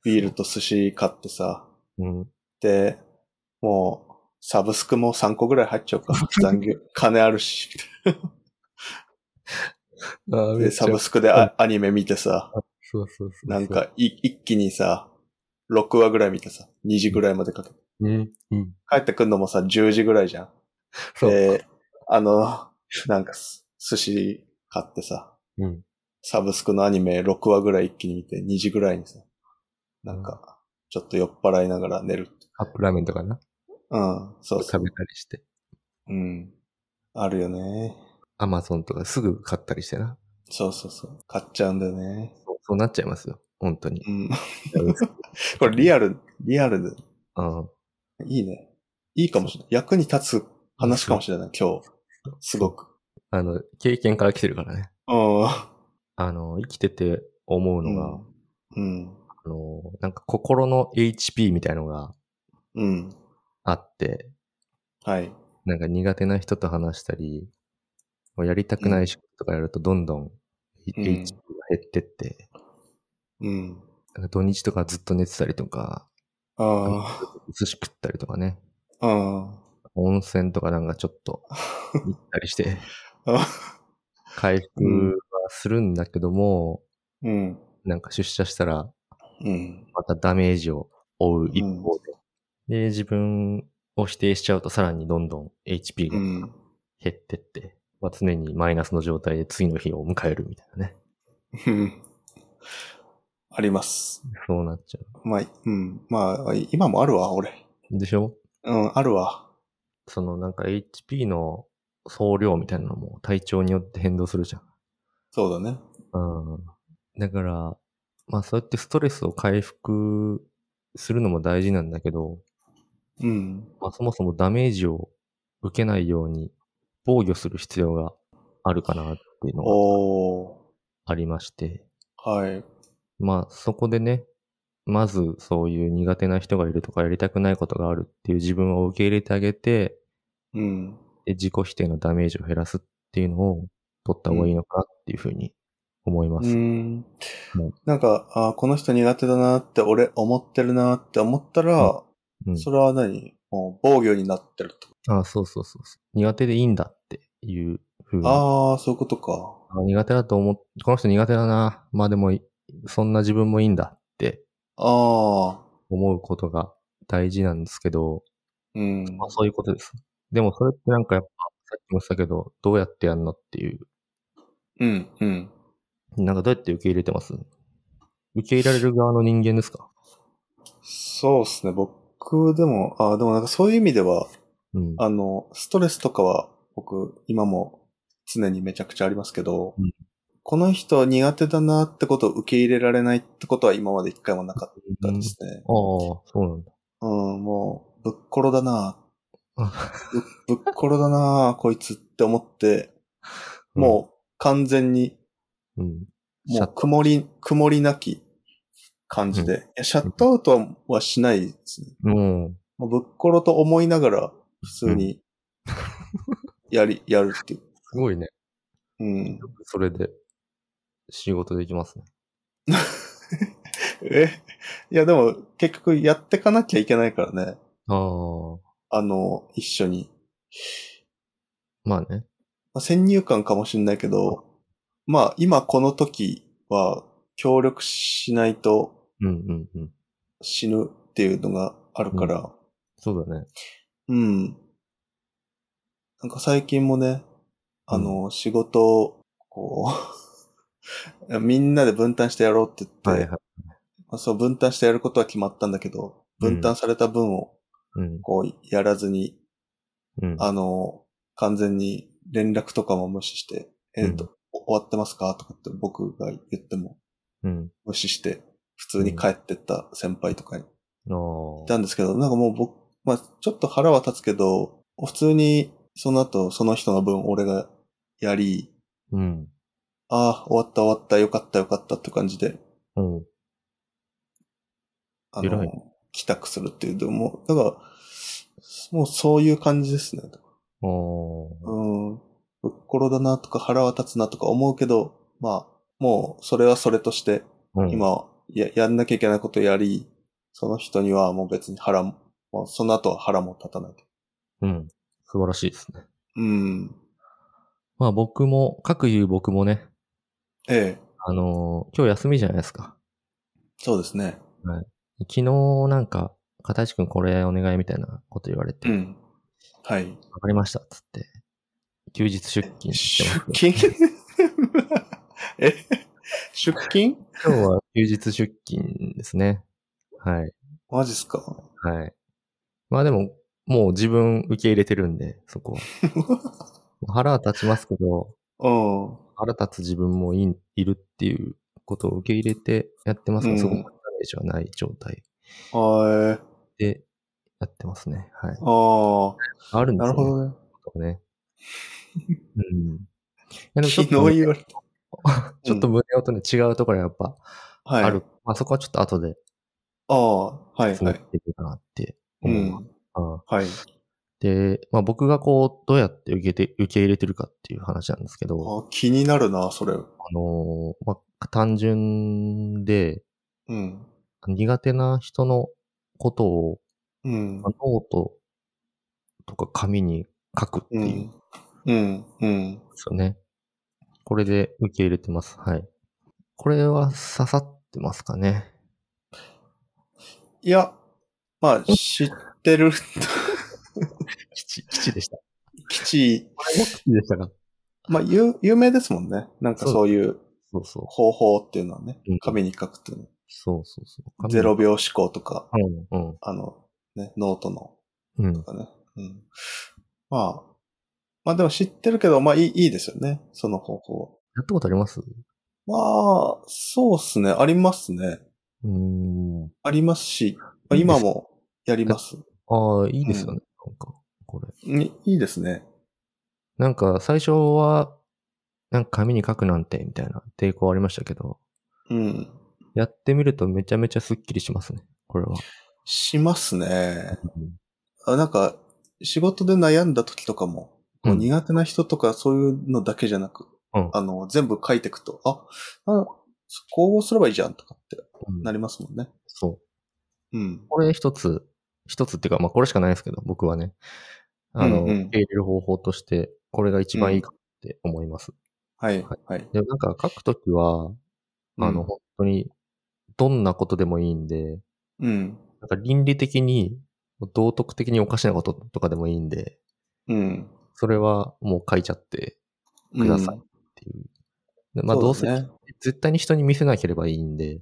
B: ビールと寿司買ってさ。
A: うん。
B: で、もう、サブスクも3個ぐらい入っちゃうか。残 業、金あるし。
A: ああ、めっ
B: で、
A: ちゃ
B: サブスクでアアニメ見てさ。
A: そうそうそう。
B: なん。かい、一気にさ、6話ぐらい見てさ、2時ぐらいまでかけて。
A: うん、うん。
B: 帰ってくんのもさ、10時ぐらいじゃん。
A: そう。
B: で、あの、なんかす、寿司買ってさ、
A: うん。
B: サブスクのアニメ6話ぐらい一気に見て、2時ぐらいにさ、なんか、ちょっと酔っ払いながら寝る。
A: カップラーメンとかな。
B: うん、そうそ
A: 食
B: う。
A: べたりして。
B: うん。あるよね。
A: アマゾンとかすぐ買ったりしてな。
B: そうそうそう。買っちゃうんだよね。
A: そうそうなっちゃいますよ。本当に。
B: うん。
A: うん。
B: これリアル、リアルで、
A: そ
B: いいね。いいかもしれない。役に立つ話かもしれない、今日。
A: う
B: すごく。
A: あの、経験から来てるからね。
B: うん。
A: あの、生きてて思う
B: う
A: のが、
B: ん。うん。
A: あの、なんか心の HP みたいのが
B: うん。
A: あって、
B: はい。
A: なんか苦手な人と話したり、もうやりたくない仕事とかやるとどんどん HP
B: う
A: が
B: ん
A: 減ってって、
B: うん。
A: なんか土日とかずっと寝てたりとか、
B: あ
A: 寿司食ったりとかね、
B: あ。うん。
A: 温泉とかなんかちょっと行った りして、
B: あ
A: 回復はするんだけども、
B: うん。
A: なんか出社したら
B: うん。
A: またダメージを負う一方で、で、自分を否定しちゃうとさらにどんどん HP
B: う
A: が
B: ん。
A: 減ってって、まあ、常にマイナスの状態で次の日を迎えるみたいなね。
B: うん あります。
A: そうなっちゃ
B: まあ、うん。まあ、今もあるわ、俺。
A: う。でしょ
B: うん、あるわ。
A: そのなんか HP の総量みたいなのも体調によって変動するじゃん。
B: そうだね。
A: うん。だから、まあそうやってストレスを回復するのも大事なんだけど、
B: うん。
A: まあそもそもダメージを受けないように防御する必要があるかなっていうのが
B: おー。
A: ありまして、
B: はい。
A: まあそこでね、まずそういう苦手な人がいるとかやりたくないことがあるっていう自分を受け入れてあげて、
B: うん。
A: で、自己否定のダメージを減らすっていうのを取った方がいいのかなっていうふうに思いま
B: うん
A: す。うん。
B: なんか、あーこの人苦手だなって、俺思ってるなって思ったら、
A: うん
B: それは何もう防御になってると。
A: あそうそうそうそう。苦手でいいんだっていうふうに。あ
B: ああ、そういうことか。
A: 苦手だと思っ、この人苦手だな。まあでもい、そんな自分もいいんだって
B: ああ。
A: 思うことが大事なんですけど、
B: うん。
A: まあそういうことです。でもそれってなんかやっぱ、さっきも言ったけど、どうやってやんのっていう。
B: うん、うん。
A: なんかどうやって受け入れてます受け入れられる側の人間ですか
B: そうですね。僕でも、あーでもなんかそういう意味では、
A: うん。
B: あの、ストレスとかは僕今も常にめちゃくちゃありますけど、
A: うん
B: この人苦手だなってことを受け入れられないってことは今まで一回もなかったですね。
A: ああ、そうなんだ。
B: うん、もう、ぶっころだなぶ、ぶっころだなこいつって思って、もう完全に、
A: うん、うん。シャ
B: も
A: ッ
B: う曇り、曇りなき感じで、
A: う
B: いやシャットアウトははしないですね。
A: うん。
B: もうぶっころと思いながら、普通に、やり、 やるっていう。
A: すごいね。
B: うん。
A: それで、仕事できますね。
B: え、いやでも、結局やってかなきゃいけないからね。
A: ああ。
B: あの、一緒に。
A: まあね。
B: まあ、先入観かもしれないけど、まあ、今この時は、協力しないと
A: うんうんうん。
B: 死ぬっていうのがあるから、
A: そうだね。
B: うん。なんか最近もね、あの、仕事を、こう、 みんなで分担してやろうって言って、
A: はいはい。
B: まあ、そう、分担してやることは決まったんだけど、分担された分を、
A: うん。
B: こう、やらずに、
A: うん。
B: あの、完全に連絡とかも無視して、えっ、と、お終わってますかとかって僕が言っても
A: うん。
B: 無視して、普通に帰ってった先輩とかに
A: あ
B: い
A: あ。
B: たんですけど、なんかもう僕、まあ、ちょっと腹は立つけど、普通に、その後、その人の分俺がやり、
A: うん。
B: ああ、終わった終わった、よかったよかったって感じで、
A: うん。
B: あ
A: 偉い
B: の、帰宅するっていう、でも、だから、もうそういう感じですね。
A: お
B: うん。
A: ー
B: ぶっころだなとか腹は立つなとか思うけど、まあ、もうそれはそれとして、
A: うん、
B: 今や、やんなきゃいけないことをやり、その人にはもう別に腹も、もうその後は腹も立たない。
A: うん。素晴らしいですね。
B: うん。
A: まあ僕も、各言う僕もね、
B: ええ。
A: あのー今日休みじゃないですか。
B: そうですね。
A: 昨日なんか、片石くんこれお願いみたいなこと言われて、
B: う
A: わ、
B: ん。はい。
A: かりましたっつって、休日出勤して
B: 出
A: ますね
B: 勤 え出勤
A: 今日は休日出勤ですね。はい。
B: マジっすか
A: はい。まあでも、もう自分受け入れてるんで、そこ は。腹は立ちますけど、
B: うん。
A: 腹立つ自分もいんいるっていうことを受け入れてやってますから、
B: うん
A: そこまでダメージはない状態
B: はい。
A: でやってますね。はい。
B: あ
A: あ
B: あ。
A: るんで
B: なる
A: すね
B: ほどね。
A: とかね。うん。いやでもちょ
B: 昨
A: っ
B: 日
A: とね、
B: 言われた。
A: ちょっと胸音ね、違うところやっぱ
B: はい。
A: ある。。まあそこはちょっと後で
B: ああ、はい
A: 詰
B: は
A: め
B: い。
A: ていくかなって
B: う
A: 思うわ。
B: ん。
A: うん
B: はい。
A: で、まあ僕がこう、どうやって受けて、受け入れてるかっていう話なんですけど、あ
B: あ気になるな、それ。
A: のーまあ単純で、
B: うん。
A: 苦手な人のことを、
B: うん
A: まあ。ノートとか紙に書くって
B: う
A: いうんで
B: ん。うん。うん。
A: すよね。これで受け入れてます。はい。これは刺さってますかね。
B: いや、まあ、知ってる、
A: 吉、吉でした。
B: 吉、
A: これも吉でしたか
B: まあ、有、有名ですもんね。なんかそういう
A: そうそう。
B: 方法っていうのはね
A: うん。
B: 紙に書くっていうの。
A: そうそうそう。紙
B: 0秒思考とか、
A: うん、うん
B: あの、ね、ノートの、。
A: うん。
B: とかね。うん。まあ、まあでも知ってるけど、まあいい、いいですよね。その方法
A: やったことありますう
B: は。まあ、そうっすね。ありますね。
A: ーん。
B: ありますし、まあ、
A: いいで
B: 今
A: す
B: もやります。
A: ああ、いいですよね。なんか、これ。
B: んいいですね。
A: なんか、最初は、なんか紙に書くなんて、みたいな抵抗ありましたけど、
B: うん。
A: やってみるとめちゃめちゃスッキリしますね。これは。
B: しますね。あなんか、仕事で悩んだ時とかも、こう
A: うん
B: 苦手な人とかそういうのだけじゃなく、
A: うん
B: あの、全部書いていくと、あ、あこうすればいいじゃんとかって
A: うん
B: なりますもんね。
A: そ
B: う
A: う。
B: ん。
A: これ一つ、一つっていうか、まあこれしかないですけど、僕はね。あの、
B: うんうん
A: 受け入れる方法として、これが一番いいかって思います。
B: はい
A: は、
B: はい。
A: でもなんか書くときは、あの、本当に、どんなことでもいいんで、
B: うん、
A: なんか倫理的に、道徳的におかしなこととかでもいいんで、
B: うん。
A: それはもう書いちゃって
B: うん。
A: くださいっていう。でまあどう
B: そ
A: せ、
B: うですね
A: 絶対に人に見せなければいいんで、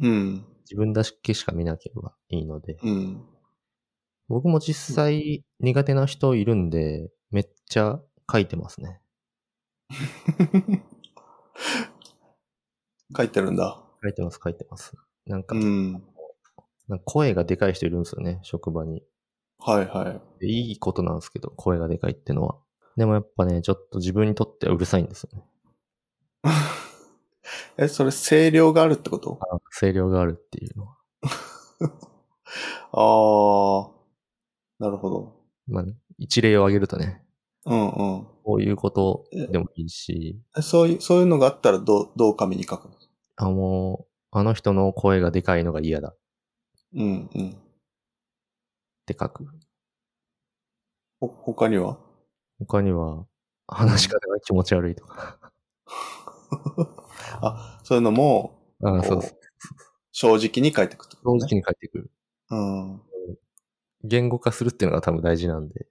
B: うん。
A: 自分だけしか見なければいいので、
B: うん。
A: 僕も実際苦手な人いるんで、めっちゃ書いてますね。
B: 書いてるんだ。
A: 書いてます、書いてます。なんか、
B: うん。
A: なんか声がでかい人いるんですよね、職場に。
B: はいはい。
A: でいいことなんですけど、声がでかいってのは。でもやっぱね、ちょっと自分にとってはうるさいんですよね。
B: え、それ声量があるってこと
A: 声量があるっていうのは。
B: ああ。なるほど。
A: まあ、一例を挙げるとね、
B: うんうん
A: こういうことでもいいし、
B: え。そういう、そういうのがあったらどう、どう紙に書くの
A: あ、もう、あの人の声がでかいのが嫌だっ
B: うんうん。
A: て書く。
B: ほ、他には
A: 他には、話し方が気持ち悪いとか。
B: あ、そういうのも、
A: ああ、
B: こう
A: そうそう。
B: 正直に書いていくってこ
A: 正
B: と、ね。
A: 直に書いてくる。
B: うん。うん
A: 言語化するっていうのが多分大事なんで。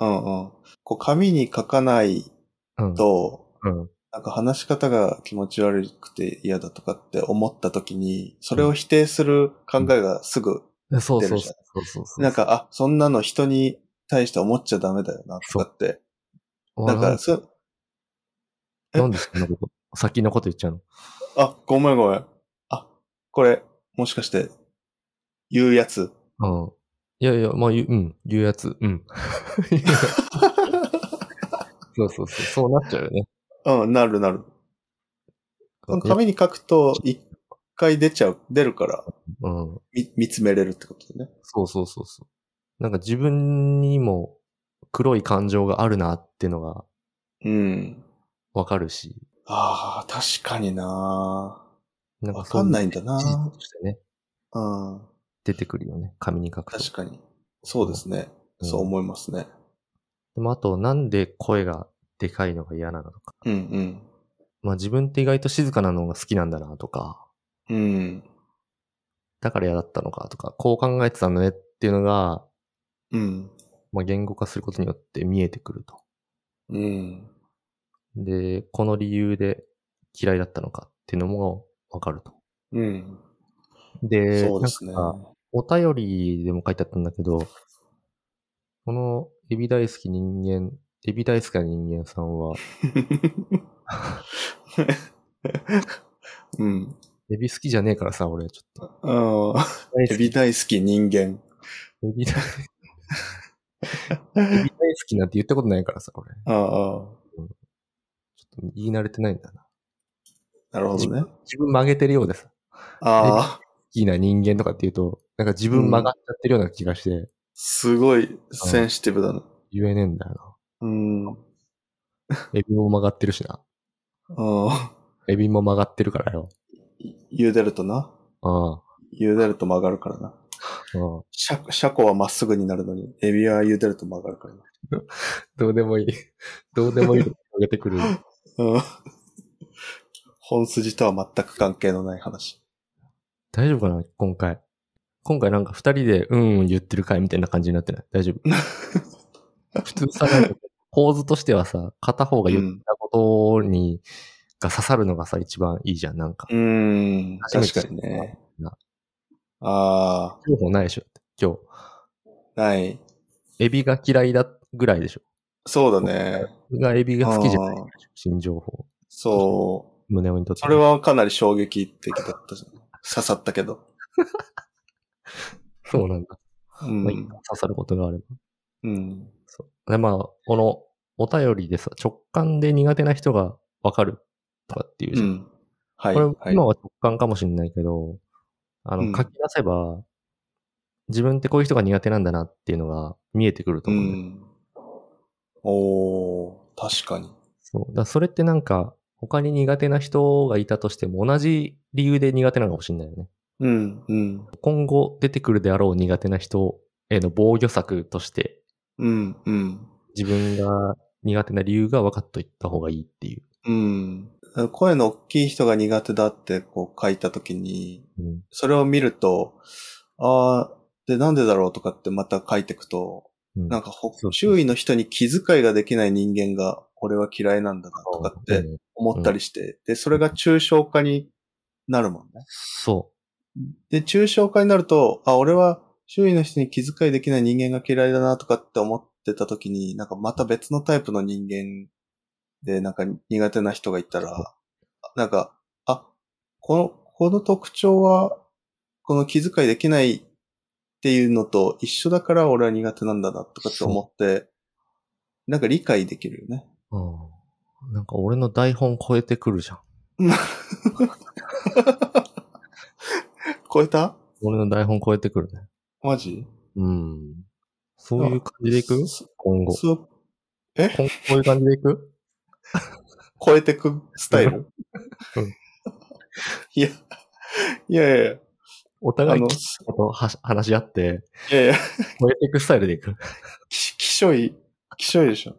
B: うん。こう、紙に書かない
A: うん。
B: と、
A: うん。
B: なんか話し方が気持ち悪くて嫌だとかって思った時に、それを否定する考えがすぐ、
A: そうそ
B: 出る
A: う
B: じゃ
A: そ
B: ん
A: うそうそう。
B: なん、か、あ、そんなの人に対して思っちゃダメだよなとかって、なんか、そ、え
A: なんでそんなこと、先のこと言っちゃうの
B: あ、ごめんごめん。あ、これ、もしかして、言うやつ。
A: うん。いやいや、まあ、言ううん、言うやつ、 うん。 そうそうそう、そうなっちゃうよね。
B: うん、なるなる。その紙に書くと、一回出ちゃう、出るから、
A: うん。
B: み見つめれるってことだね。
A: そうそうそうそう。なんか自分にも黒い感情があるなってのが
B: うん。
A: わかるし、
B: ああ、確かにな
A: なん
B: わ
A: かそ
B: か
A: うい
B: ん
A: う
B: ないんだ
A: 事実
B: な
A: としてね、
B: うん。
A: 出てくるよね。紙に書くと。
B: 確かに。そうですね。
A: うん
B: そう思いますね。
A: でもあと、なんで声がでかいのが嫌なのとか。
B: うん
A: まあ自分って意外と静かなのが好きなんだなとか、
B: うん。うん。
A: だから嫌だったのかとか、こう考えてたのねっていうのが、
B: うん。
A: まあ言語化することによって見えてくると。
B: うん。
A: で、この理由で嫌いだったのかっていうのもわかると。
B: うん。
A: で、
B: そうですね。
A: なんかお便りでも書いてあったんだけど、このエビ大好き人間、エビ大好きな人間さんは、
B: うん。
A: エビ好きじゃねえからさ、俺ちょっと。
B: ああ、エビ大好き人間。
A: エビ大 エビ大好きなんて言ったことないからさ、俺。
B: ああ、
A: ちょっと言い慣れてないんだな。
B: なるほどね。
A: 自分曲げてるようでさ、好
B: ああ、
A: きな人間とかっていうと、なんか自分曲がっちゃってるような気がして、
B: すごいセンシティブだな。
A: 言えねえんだよ
B: うん。あ
A: な。エビも曲がってるしな。
B: あ、
A: エビも曲がってるからよ。
B: 茹でるとな。
A: ああ、
B: 茹でると曲がるからな。
A: ああ。
B: シャシャコはまっすぐになるのに、エビは茹でると曲がるからな。
A: どうでもいい。どうでもいいこと曲げてく
B: う
A: る。
B: ん。本筋とは全く関係のない話。
A: 大丈夫かな今回。今回なんか二人でうんうん言ってる回みたいな感じになってない大 丈夫普通さ、なんか構図としてはさ、片方が言ったことに、が刺さるのがさ、一番いいじゃん。なんか
B: う、ん、
A: 初めて
B: 確かにね
A: な。
B: ああ、
A: 情報ないでしょ今
B: ない。
A: 日。エビが嫌いだぐらいでしょ。
B: そうだね。
A: 僕がエビが好きじゃない
B: あー。
A: 新情報。
B: そう。
A: 胸にとって。
B: それ。はかなり衝撃的だったじゃん。刺さったけど。
A: そうなんだ。
B: う
A: まあいい
B: ん
A: な。刺さることがあれば。
B: うん。
A: そう。で、まあ、この、お便りでさ、直感で苦手な人がわかるとかっていう
B: う
A: じゃん
B: ん。はい。
A: こ
B: は
A: れ、
B: い
A: 今は直感かもしれないけど、あ
B: うん
A: の、書き出せば、自分ってこういう人が苦手なんだなっていうのが見えてくると
B: う
A: 思うんだよ。
B: ん。おー、確かに。
A: そう。だからそれってなんか、他に苦手な人がいたとしても同じ理由で苦手なのかもしれないよね。
B: うん、うん。
A: 今後出てくるであろう苦手な人への防御策として、
B: うん、うん。
A: 自分が苦手な理由が分かっといた方がいいっていう。
B: うん。声の大きい人が苦手だってこう書いたときに、
A: うん、
B: それを見ると、あー、で、なんでだろうとかってまた書いていくと、
A: うん
B: なんかほ
A: そうそう
B: 周囲の人に気遣いができない人間が、俺は嫌いなんだなとかって、
A: うん
B: 思ったりして、で、それが抽象化になるもんね。
A: そ
B: で、抽象化になると、あ、俺は周囲の人に気遣いできない人間が嫌いだなとかって思ってた時に、なんかまた別のタイプの人間で、なんか苦手な人がいたら、なんか、あ、この、この特徴は、この気遣いできないっていうのと一緒だから俺は苦手なんだなとかって思って、なんか理解できるよね。
A: う。うん。なんか俺の台本超えてくるじゃん。
B: 超えた
A: 俺の台本超えてくるね。
B: マジ
A: うん。そういう感じでいく
B: そ
A: 今後。
B: そう、
A: 今後こういう感じでいく
B: 超えてくスタイル、
A: うん
B: いや、いやいやいや、
A: お
B: あ
A: 互い
B: の、
A: きついことはし話し合って、
B: いやいや、
A: 超えていくスタイルでいく。
B: き、きしょい、きしょいでしょ。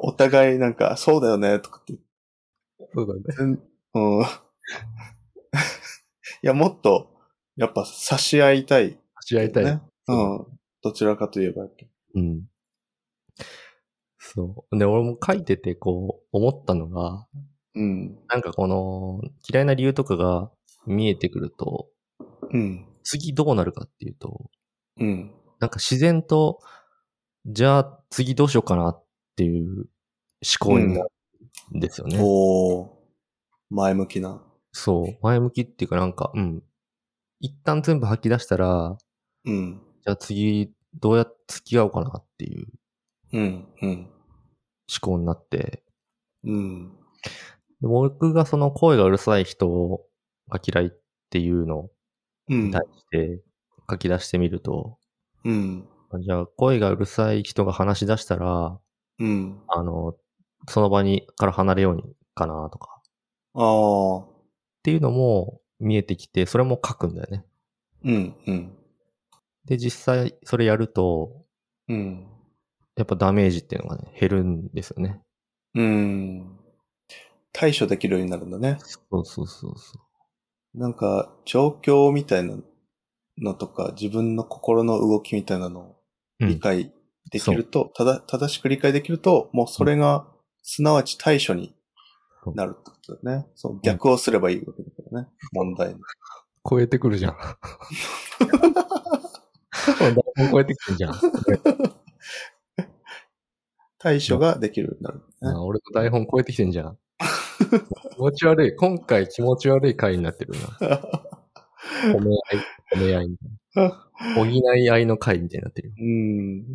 B: お互いなんか、そうだよね、とかって
A: そうだね。
B: 全うん。いや、もっと、やっぱ差し合いたい、
A: 話し合いたい。
B: ね。うん。どちらかといえばやっぱ
A: うん。そう。で、俺も書いてて、こう、思ったのが、
B: うん。
A: なんかこの、嫌いな理由とかが見えてくると、
B: うん。
A: 次どうなるかっていうと、
B: うん。
A: なんか自然と、じゃあ次どうしようかなっていう思考になるんですよね。
B: おー、前向きな。
A: そう。前向きっていうかなんか、うん。一旦全部吐き出したら、
B: うん。
A: じゃあ次、どうやって付き合おうかなっていう
B: うん。うん。
A: 思考になって。
B: うん。
A: で僕がその声がうるさい人が嫌いっていうの
B: うん
A: に対して書き出してみると、
B: うん。
A: じゃあ、声がうるさい人が話し出したら、
B: うん。
A: あの、その場にから離れようにかなとか、っ
B: ああ。
A: ていうのも見えてきて、それも書くんだよね。
B: うん。うん。
A: で、実際それやると、
B: うん。
A: やっぱダメージっていうのがね、減るんですよね。
B: うん。対処できるようになるんだね。
A: そうそうそうそ
B: なんか、状況みたいなのとか、自分の心の動きみたいなのを
A: う。
B: 理解できると、ただ、正しく理解できると、もうそれが、すなわち対処になるってことだよね。そう、逆をすればいいわけだからね。問題の。
A: 超えてくる じゃん。超えてくるじゃん。
B: 対処ができるようになるんだね。
A: あ俺の台本超えてきてんじゃん。気持ち悪い。今回気持ち悪い回になってる な。褒め合い、褒め合いみたいな。補い合いの回みたいになってるよ。
B: うん。
A: うん。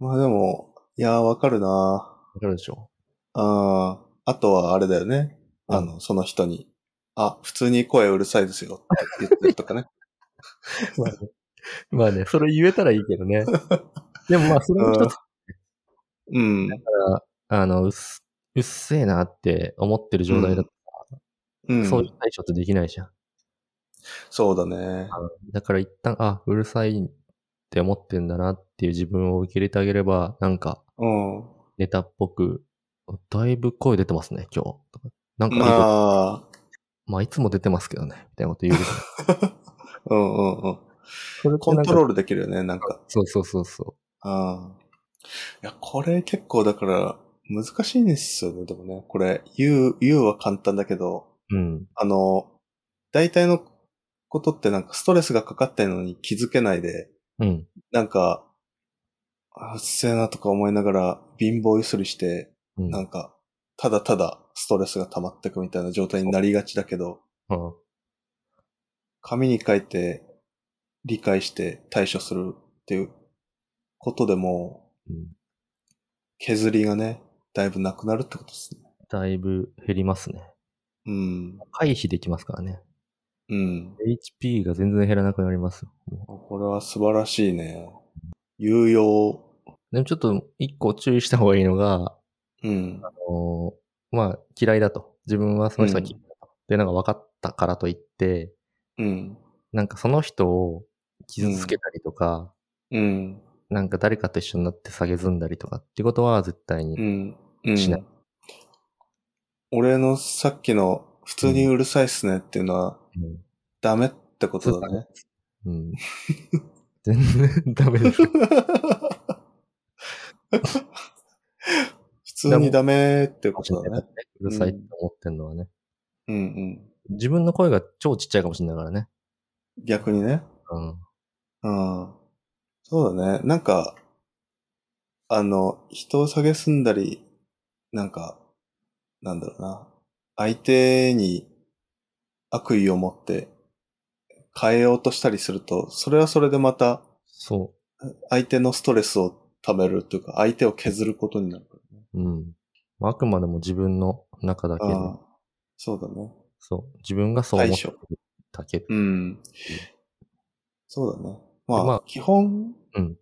B: まあでも、いやーわかるな
A: わかるでしょ
B: あーあとはあれだよね。あの、その人に。あ、普通に声うるさいですよって言ってるとか ね。
A: まあね。まあね、それ言えたらいいけど ね。でもまあ、それも一つ、
B: うん。
A: あの、うっす、うっせえなって思ってる状態だと、
B: うん。
A: そういう対処ってできないじゃん。
B: そうだね。
A: だから一旦、あ、うるさいって思ってんだなっていう自分を受け入れてあげれば、なんか、
B: うん。
A: ネタっぽく、だいぶ声出てますね、今日。とかなんかいいこと、
B: まあ、
A: まあ、いつも出てますけどね、みたいなこと言うけど。
B: うんうんうん。
A: それ
B: コントロ
A: ール
B: ールできるよね、なんか。
A: そうそうそうそ
B: うん。いや、これ結構だから、難しいんですよね、でもね。これ、言う、言うは簡単だけど、
A: う。うん。
B: あの、大体のことってなんかストレスがかかってるのに気づけないで、
A: うん。
B: なんか、あうっせえなとか思いながら貧乏ゆすりして、
A: うん。
B: なんか、ただただストレスが溜まってくみたいな状態になりがちだけど、
A: うん
B: 紙に書いて理解して対処するっていうことでも
A: うん
B: 削りがね、だいぶなくなるってことですね。
A: だいぶ減りますね。
B: うん。
A: 回避できますからね。
B: うん。
A: HP が全然減らなくなりますよ。も
B: これは素晴らしいね。有用。
A: うでもちょっと一個注意した方がいいのが、
B: うん。
A: あのまあ嫌いだと。自分はその人が嫌いだと。で、なんか分かったからといって、
B: うん。
A: なんかその人を傷つけたりとか、
B: うん。
A: なんか誰かと一緒になって蔑んだりとかってことは絶対に。
B: うん。うん。
A: しない
B: 俺のさっきの普通にうるさいっすねっていうのは
A: うん
B: ダメってことだね。
A: うん。全然ダメです。
B: 普通にダメってことだね。
A: うるさいって思ってんのはね。
B: うんうん。
A: 自分の声が超ちっちゃいかもしれないからね。
B: 逆にね。
A: うん。
B: うん。そうだね。なんか、あの、人を蔑んだり、なんか、なんだろうな。相手に悪意を持って変えようとしたりすると、それはそれでまた
A: そ
B: 相手のストレスを溜めるというか、相手を削ることになるか
A: う。うん。まああくまでも自分の中だけ
B: ら
A: で
B: ね。、ああそうだね。
A: そう。自分がそう思ってるだけ。
B: うん。そうだね。まあ、
A: まあ
B: 基本、
A: うん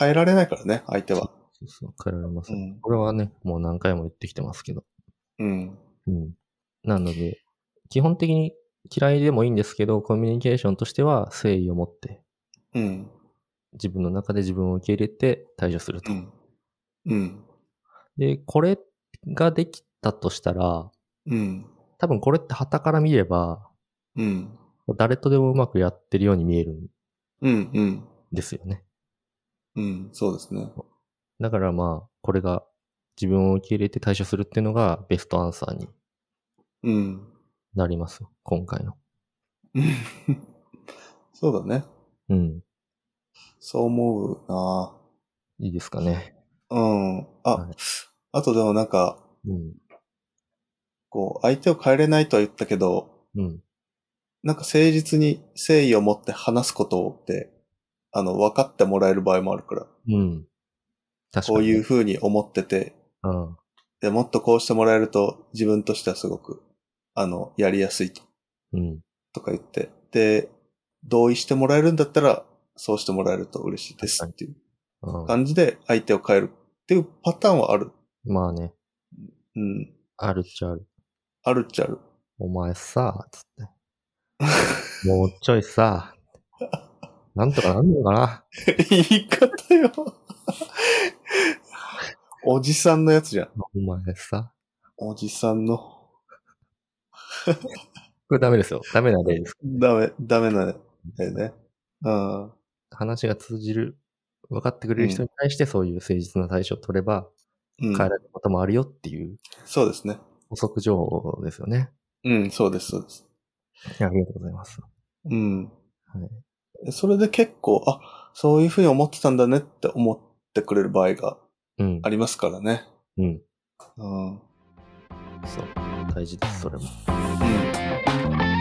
B: 変えられないからね、相手は。
A: そうそう。変えられませ。
B: うんん。
A: これはね、もう何回も言ってきてますけど。
B: うん。
A: うん。なので、基本的に嫌いでもいいんですけど、コミュニケーションとしては誠意を持って、
B: うん。
A: 自分の中で自分を受け入れて対処すると。
B: うん。うん。
A: で、これができたとしたら、
B: うん。
A: 多分これって旗から見れば、
B: うん。
A: 誰とでもうまくやってるように見えるん
B: うん。うん。
A: ですよね。
B: うん。そうですね。
A: だからまあ、これが自分を受け入れて対処するっていうのがベストアンサーに
B: うん。
A: なりますよ。今回の。
B: そうだね。
A: うん。
B: そう思うない
A: いですかね。
B: うん。あ、
A: はい
B: あとでもなんか、
A: うん。
B: こう、相手を変えれないとは言ったけど、
A: うん。
B: なんか誠実に誠意を持って話すことって、あの、分かってもらえる場合もあるから、
A: うん。確か
B: こ
A: に。
B: ういう。風に思ってて、
A: うん。
B: で、もっとこうしてもらえると、自分としてはすごく、あの、やりやすいと、
A: うん。
B: とか言って、で、同意してもらえるんだったら、そうしてもらえると嬉しいですっていう
A: う
B: 感じで相手を変えるっていうパターンはある。
A: ん。まあね、
B: うん。
A: あるっちゃある。
B: あるっちゃある。
A: お前さ、つって。もうちょいさ、なんとかなんのかな。
B: 言い方よ。おじさんのやつじゃん。
A: お前さ。
B: おじさんの。
A: これダメですよ。ダメな例です。
B: ダメ、ダメなんだよね。うん。
A: 話が通じる、分かってくれる人に対してそういう誠実な対処を取れば、
B: うん、
A: 変えられることもあるよっていう
B: そうですね。
A: 補足情報ですよね。
B: うん、そうです、そうです。
A: ありがとうございます。
B: うん。
A: はい
B: それで結構、あ、そういうふうに思ってたんだねって思ってくれる場合が
A: うん
B: あ。りますからね。
A: うん。
B: うん。うん。Mm.
A: そう。大事です、それも。
B: は